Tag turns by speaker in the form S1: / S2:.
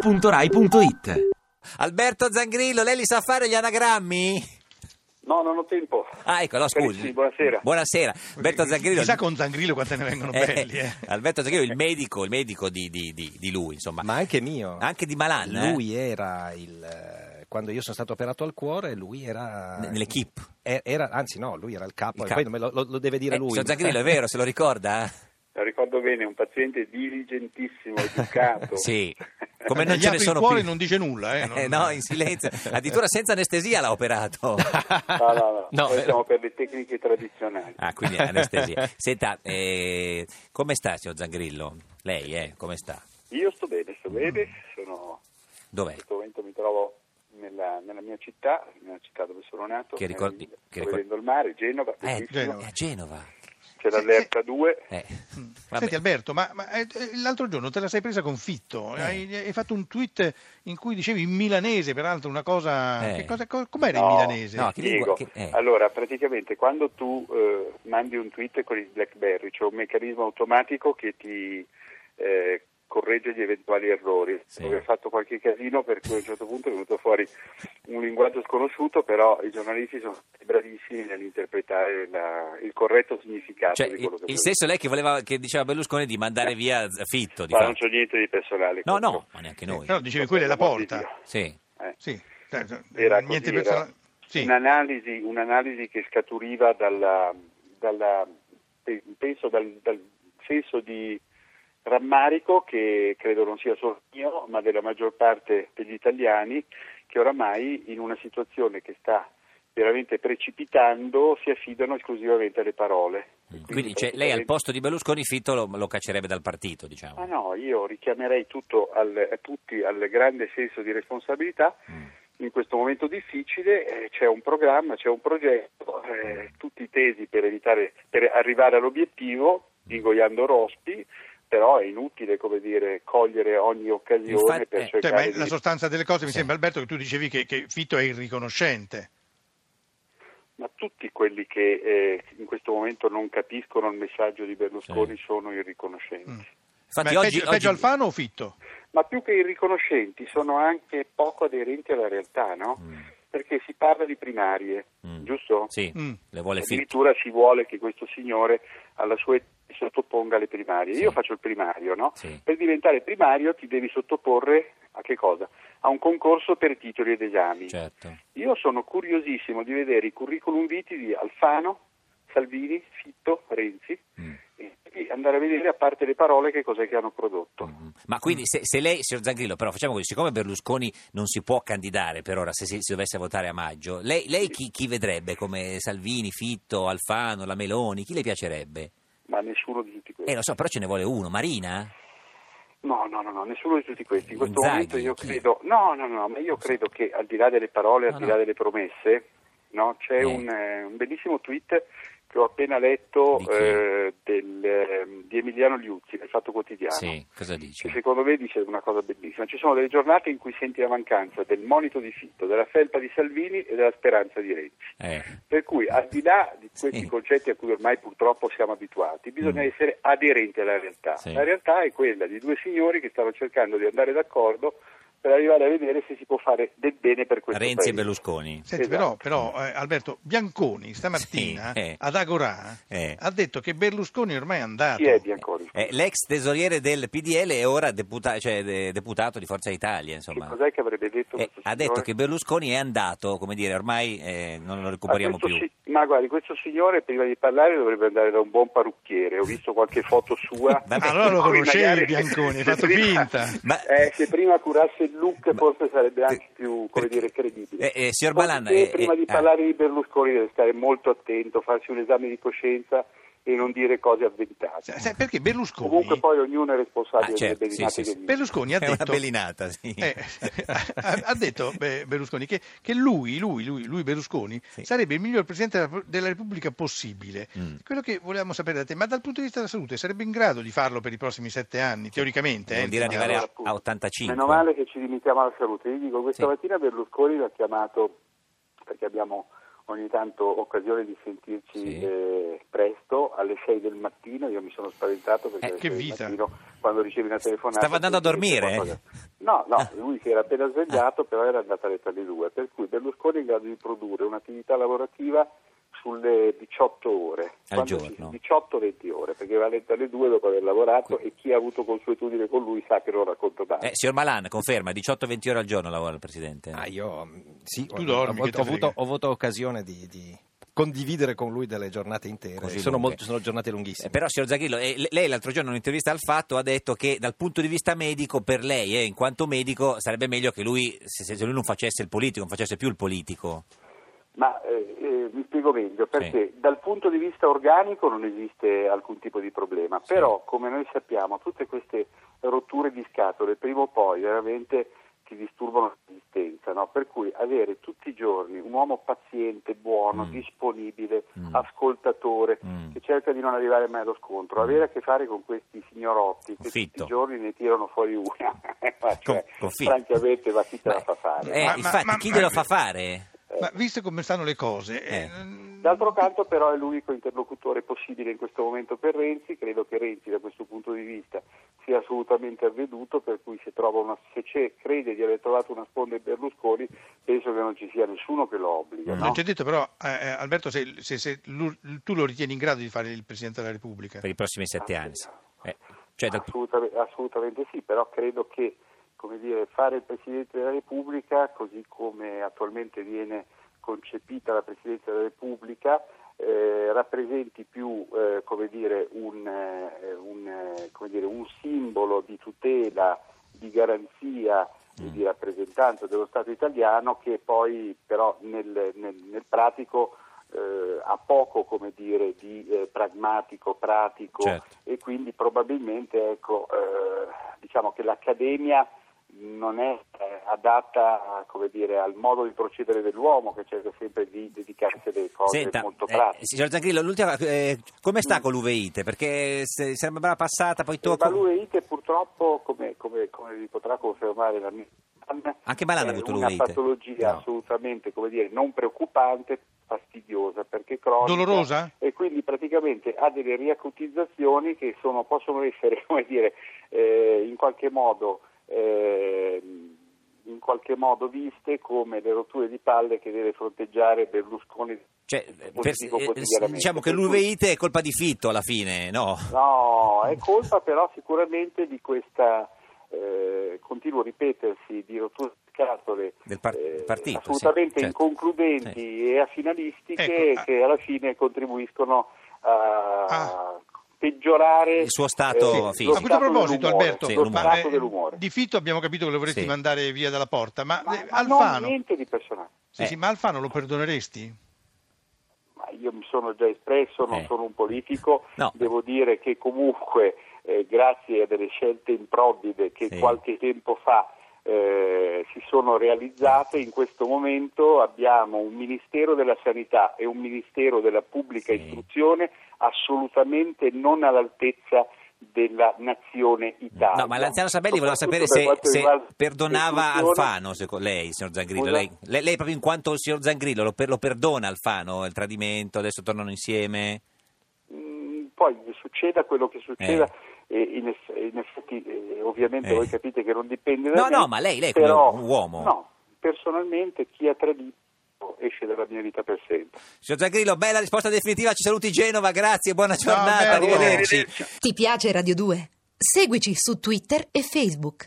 S1: radio2pod.rai.it
S2: Alberto Zangrillo, lei li sa fare gli anagrammi?
S3: No, non ho tempo.
S2: Ah, ecco, no, scusi.
S3: Sì, buonasera.
S2: Buonasera. Alberto Zangrillo.
S4: Chissà con Zangrillo quante ne vengono
S2: eh,
S4: belli, eh.
S2: Alberto Zangrillo, il medico, il medico di, di- di- di lui, insomma.
S5: Ma anche mio. Ah,
S2: Anche di Malan, eh?
S5: Lui era il... eh, Quando io sono stato operato al cuore, lui era...
S2: N- nell'equipe.
S5: Eh, era- anzi no, lui era il capo,
S2: Il
S5: e
S2: capo.
S5: poi me lo, lo- lo deve dire
S2: Eh,
S5: lui.
S2: signor Zangrillo, è vero, se lo ricorda?
S3: La ricordo bene, un paziente diligentissimo, educato.
S2: Sì. Come
S4: Eh,
S2: non
S4: gli
S2: ce
S4: apri
S2: ne
S4: il
S2: sono
S4: cuore
S2: più.
S4: non dice nulla, eh, non-
S2: Eh, no, in silenzio. Addirittura senza anestesia l'ha operato.
S3: No, no, no.
S5: No,
S3: Noi
S5: eh,
S3: siamo per le tecniche tradizionali.
S2: Ah, quindi anestesia. Senta, eh, come sta, signor Zangrillo? Lei, eh, come sta?
S3: Io sto bene, sto bene. Sono,
S2: Dov'è?
S3: in questo momento mi trovo nella, nella mia città, nella città dove sono nato.
S2: Che ricordi-
S3: nella-
S2: che
S3: sto
S2: ricordi-
S3: vedendo il mare, Genova,
S2: Eh,
S3: bellissimo.
S2: è a Genova.
S3: C'è l'allerta 2.
S2: Eh, vabbè.
S4: Mm. Senti Alberto, ma, ma, eh, eh, l'altro giorno te la sei presa con Fitto,
S2: Eh.
S4: hai, hai fatto un tweet in cui dicevi in milanese, peraltro una cosa...
S2: Eh.
S4: Che cosa co- com'era
S3: No,
S4: in milanese?
S2: No, che lingua-
S3: Diego,
S2: che- eh.
S3: Allora, praticamente quando tu eh, mandi un tweet con il BlackBerry, c'è un meccanismo automatico che ti eh, corregge gli eventuali errori.
S2: Sì.
S3: Dove ho fatto qualche casino per cui a un certo punto è venuto fuori un linguaggio sconosciuto, però i giornalisti sono stati bravissimi nell'interpretare la- il corretto significato
S2: Cioè,
S3: di
S2: il,
S3: quello Eh, che
S2: il
S3: volevo
S2: senso lei che voleva che diceva Berlusconi di mandare via Z- Fitto di
S3: dire. Ma non
S2: fatto.
S3: c'è niente di personale.
S2: No,
S3: contro-
S2: no, ma neanche noi.
S4: Eh, Però dicevi quella è la
S3: contro-
S4: porta.
S2: Sì.
S3: Eh.
S4: Sì. Cioè,
S3: era, così,
S4: Niente
S3: era
S4: personale. Sì.
S3: un'analisi, un'analisi che scaturiva dalla, dalla- pe- penso dal, dal senso di rammarico che credo non sia solo mio, ma della maggior parte degli italiani che oramai in una situazione che sta veramente precipitando si affidano esclusivamente alle parole.
S2: Quindi cioè, lei al posto di Berlusconi Fitto lo, lo caccerebbe dal partito,
S3: Ma
S2: diciamo.
S3: Ah, no, io richiamerei tutto al- a tutti al grande senso di responsabilità.
S2: Mm.
S3: In questo momento difficile eh, c'è un programma, c'è un progetto, eh, tutti tesi per, evitare, per arrivare all'obiettivo,
S2: Mm.
S3: ingoiando rospi, però è inutile come dire, cogliere ogni occasione
S2: Infatti, eh,
S3: per
S2: cioè,
S4: Cioè, ma
S3: cercare
S4: la
S3: di...
S4: sostanza delle cose mi
S2: Sì.
S4: sembra Alberto che tu dicevi che, che Fitto è irriconoscente.
S3: Ma tutti quelli che eh, in questo momento non capiscono il messaggio di Berlusconi
S2: Sì.
S3: sono irriconoscenti.
S4: Mm.
S2: Infatti
S4: Ma è
S2: oggi,
S4: peggio,
S2: oggi-
S4: peggio Alfano o Fitto?
S3: ma più che irriconoscenti sono anche poco aderenti alla realtà, no?
S2: Mm.
S3: Perché si parla di primarie,
S2: Mm.
S3: giusto?
S2: Sì,
S4: Mm.
S2: le vuole Fitto.
S3: Addirittura si vuole che questo signore alla sua età si sottoponga alle primarie.
S2: Sì.
S3: Io faccio il primario, no?
S2: Sì.
S3: Per diventare primario ti devi sottoporre a che cosa? A un concorso per titoli ed esami.
S2: Certo.
S3: Io sono curiosissimo di vedere i curriculum viti di Alfano, Salvini, Fitto, Renzi
S2: Mm.
S3: e e andare a vedere a parte le parole che cos'è che hanno prodotto.
S2: Mm. Ma quindi se, se lei, signor Zangrillo, però facciamo così, siccome Berlusconi non si può candidare per ora se si, si dovesse votare a maggio, lei, lei chi, chi vedrebbe come Salvini, Fitto, Alfano, la Meloni, chi le piacerebbe?
S3: Ma nessuno di tutti questi.
S2: Eh lo so, però ce ne vuole uno, Marina?
S3: No, no, no, no, nessuno di tutti questi. In questo
S2: Inzaghi,
S3: momento io
S2: chi?
S3: credo, no, no, no, ma io credo che al di là delle parole, al
S2: No,
S3: di
S2: no.
S3: là delle promesse, no, c'è
S2: Eh.
S3: un, eh, un bellissimo tweet che ho appena letto
S2: Di chi?
S3: eh, del, ehm, di Emiliano Liuzzi del Fatto Quotidiano.
S2: Sì, cosa
S3: Che
S2: dice?
S3: secondo me dice una cosa bellissima. Ci sono delle giornate in cui senti la mancanza del monito di Fitto, della felpa di Salvini e della speranza di Renzi.
S2: Eh.
S3: Per cui al di là di questi
S2: Sì.
S3: concetti a cui ormai purtroppo siamo abituati, bisogna
S2: Mm.
S3: essere aderenti alla realtà.
S2: Sì.
S3: La realtà è quella di due signori che stanno cercando di andare d'accordo per arrivare a vedere se si può fare del bene per questo
S2: Renzi
S3: paese.
S2: e Berlusconi.
S4: Senti,
S3: Esatto.
S4: però, però, eh, Alberto, Bianconi stamattina
S2: Sì, eh.
S4: ad Agorà
S2: Eh.
S4: ha detto che Berlusconi ormai è andato.
S3: Chi è Bianconi?
S2: Eh, l'ex tesoriere del PDL è ora deputa- cioè, de- deputato di Forza Italia,
S3: Che
S2: insomma.
S3: cos'è che avrebbe detto
S2: Eh,
S3: questo
S2: ha
S3: signore?
S2: detto che Berlusconi è andato, come dire, ormai eh, non lo
S3: Ma
S2: recuperiamo più.
S3: questo si- ma guardi, questo signore prima di parlare dovrebbe andare da un buon parrucchiere. Ho visto qualche foto sua.
S2: Vabbè.
S3: Per
S4: Allora lo
S3: cui
S4: conoscevi,
S3: magari-
S4: Bianconi, hai
S3: se
S4: fatto
S3: prima-
S4: finta.
S2: Ma-
S3: eh, se prima curasse il look forse sarebbe anche
S2: Eh,
S3: più, come
S2: perché-
S3: dire, credibile.
S2: Eh, eh, signor
S3: Dopodiché,
S2: Malan, eh,
S3: prima
S2: eh,
S3: di
S2: ah.
S3: parlare di Berlusconi deve stare molto attento, farsi un esame di coscienza e non dire cose avventate.
S4: Se- se- Cioè, perché Berlusconi...
S3: Comunque poi ognuno è responsabile
S2: Ah, certo,
S3: delle
S2: sì,
S3: belinate
S2: sì,
S3: che
S2: sì.
S3: dice.
S4: Berlusconi ha
S2: È una
S4: detto,
S2: bellinata, sì.
S4: eh, ha, ha detto beh, Berlusconi che, che lui, lui, lui, lui Berlusconi
S2: Sì.
S4: sarebbe il miglior presidente della, della Repubblica possibile.
S2: Mm.
S4: Quello che volevamo sapere da te, ma dal punto di vista della salute sarebbe in grado di farlo per i prossimi sette anni, teoricamente.
S2: Vuol
S4: eh,
S2: dire
S4: intendiamo.
S2: arrivare a,
S3: appunto.
S2: a 85.
S3: Meno male che ci limitiamo alla salute. Vi dico, questa
S2: Sì.
S3: mattina Berlusconi l'ha chiamato perché abbiamo ogni tanto occasione di sentirci
S2: Sì.
S3: eh, presto alle 6 del mattino, io mi sono spaventato perché
S2: Eh,
S3: alle
S4: che
S3: 6 del
S4: vita.
S3: mattino, quando ricevi una telefonata...
S2: Stava andando a
S3: pensi che
S2: dormire?
S3: qualcosa- No,
S2: Ah.
S3: no, lui si era appena svegliato, però era andato a letto alle 2, per cui Berlusconi è in grado di produrre un'attività lavorativa sulle 18 ore.
S2: Al
S3: Quando ci-
S2: giorno.
S3: 18-20 ore, perché va a letto alle 2 dopo aver lavorato e chi ha avuto consuetudine con lui sa che non racconto male.
S2: Eh, signor Malan, conferma, 18-20 ore al giorno lavora il Presidente.
S5: Ah, io mh, sì,
S4: Tu
S5: ho,
S4: dormi,
S5: ho-
S4: che te
S5: ho avuto,
S4: frega.
S5: ho avuto occasione di, di condividere con lui delle giornate intere.
S2: Così
S5: Sono,
S2: lunghe.
S5: molto- sono giornate
S2: Eh,
S5: lunghissime.
S2: Però, signor Zagrillo, eh, le- lei l'altro giorno in un'intervista al Fatto ha detto che dal punto di vista medico, per lei, eh, in quanto medico, sarebbe meglio che lui, se, se- se lui non facesse il politico, non facesse più il politico.
S3: Ma eh, eh, vi spiego meglio, perché dal punto di vista organico non esiste alcun tipo di problema,
S2: Sì.
S3: però come noi sappiamo tutte queste rotture di scatole prima o poi veramente ti disturbano l'esistenza, no? per cui avere tutti i giorni un uomo paziente, buono,
S2: Mm.
S3: disponibile,
S2: Mm.
S3: ascoltatore,
S2: Mm.
S3: che cerca di non arrivare mai allo scontro,
S2: Mm.
S3: avere a che fare con questi signorotti che
S2: Confitto.
S3: tutti i giorni ne tirano fuori una, ma
S2: Con-
S3: cioè,
S2: confitto.
S3: francamente ma chi te la
S2: Ma-
S3: fa fare?
S2: Eh,
S4: Ma- ma-
S2: infatti,
S4: ma-
S2: chi
S4: ma-
S2: glielo fa fare?
S4: Ma visto come stanno le cose,
S2: Eh.
S4: eh,
S3: D'altro canto però è l'unico interlocutore possibile in questo momento per Renzi, credo che Renzi da questo punto di vista sia assolutamente avveduto, per cui se, trova una, se c'è, crede di aver trovato una sponda in Berlusconi, penso che non ci sia nessuno che lo obbliga.
S2: Mm.
S3: no?
S4: non ti ho detto però, eh, eh, Alberto, se, se- se lu- tu lo ritieni in grado di fare il Presidente della Repubblica.
S2: Per i prossimi sette anni. sì. Eh, cioè, dal-
S3: Assolutamente, assolutamente sì, però credo che come dire, fare il Presidente della Repubblica, così come attualmente viene concepita la Presidenza della Repubblica, eh, rappresenti più eh, come dire, un, eh, un, eh, come dire, un simbolo di tutela, di garanzia e
S2: Mm.
S3: di rappresentanza dello Stato italiano che poi però nel, nel- nel pratico eh, ha poco come dire, di eh, pragmatico, pratico
S2: Certo.
S3: e quindi probabilmente ecco, eh, diciamo che l'Accademia non è eh, adatta come dire, al modo di procedere dell'uomo che cerca sempre di dedicarsi a delle cose
S2: Senta,
S3: molto
S2: eh,
S3: pratiche. Mm.
S2: signor Zagrillo, l'ultima, eh, come sta con l'Uveite? Perché se, sembrava passata, poi tocca.
S3: Eh, Ma lui e Ite purtroppo, come, come- come vi potrà confermare la mia
S2: Anche Malan Ah, ha
S3: è
S2: avuto
S3: una
S2: l'uveite.
S3: patologia
S2: No.
S3: assolutamente come dire, non preoccupante, fastidiosa, perché cronica.
S4: Dolorosa?
S3: E quindi praticamente ha delle riacutizzazioni che sono- possono essere, come dire, eh, in qualche modo... ehm, in qualche modo viste come le rotture di palle che deve fronteggiare Berlusconi
S2: Cioè, per-
S3: politico
S2: eh,
S3: quotidianamente.
S2: diciamo che
S3: Per cui-
S2: l'Uveite è colpa di Fitto alla fine, no?
S3: No, è colpa però sicuramente di questa eh, continuo ripetersi di rotture di scatole eh,
S2: Del par- partito, sì,
S3: assolutamente
S2: certo.
S3: inconcludenti e afinalistiche
S4: Ecco, ah.
S3: che alla fine contribuiscono a
S4: Ah.
S3: peggiorare eh,
S2: Il suo stato
S3: lo
S2: fisico.
S4: A questo
S3: stato
S4: proposito,
S3: dell'umore,
S4: Alberto,
S2: Sì,
S3: lo
S2: l'umore.
S4: ma,
S3: stato
S4: eh,
S3: dell'umore.
S4: di Fitto abbiamo capito che lo vorresti
S2: Sì.
S4: mandare via dalla porta, ma,
S3: Ma-
S4: eh,
S3: ma no,
S4: Alfano,
S3: niente di personale.
S4: sì,
S2: Eh.
S4: sì, ma Alfano lo perdoneresti?
S3: Ma io mi sono già espresso, non
S2: Eh.
S3: sono un politico,
S2: No.
S3: devo dire che comunque eh, grazie a delle scelte improvvide che
S2: Sì.
S3: qualche tempo fa eh, si sono realizzate, in questo momento abbiamo un Ministero della Sanità e un Ministero della Pubblica
S2: Sì.
S3: Istruzione assolutamente non all'altezza della nazione Italia.
S2: No, ma l'anziano Sabelli voleva sapere
S3: Soprattutto per
S2: se,
S3: quanto
S2: se
S3: riguarda
S2: perdonava
S3: l'istruzione.
S2: Alfano, seco- lei, signor Zangrillo.
S3: Scusa?
S2: Lei, lei- lei proprio in quanto il signor Zangrillo lo, per- lo perdona Alfano, il tradimento, adesso tornano insieme?
S3: Mm, poi succeda quello che succeda e in, eff- in effetti eh, ovviamente
S2: Eh.
S3: voi capite che non dipende da
S2: No,
S3: me,
S2: no, ma lei- lei come
S3: però,
S2: un uomo.
S3: no, personalmente chi ha tradito esce dalla mia vita per sempre
S2: Signor Zangrillo, bella risposta definitiva, ci saluti Genova, grazie, buona
S4: Ciao,
S2: giornata,
S4: Alberto.
S2: arrivederci.
S1: Ti piace Radio 2? Seguici su Twitter e Facebook.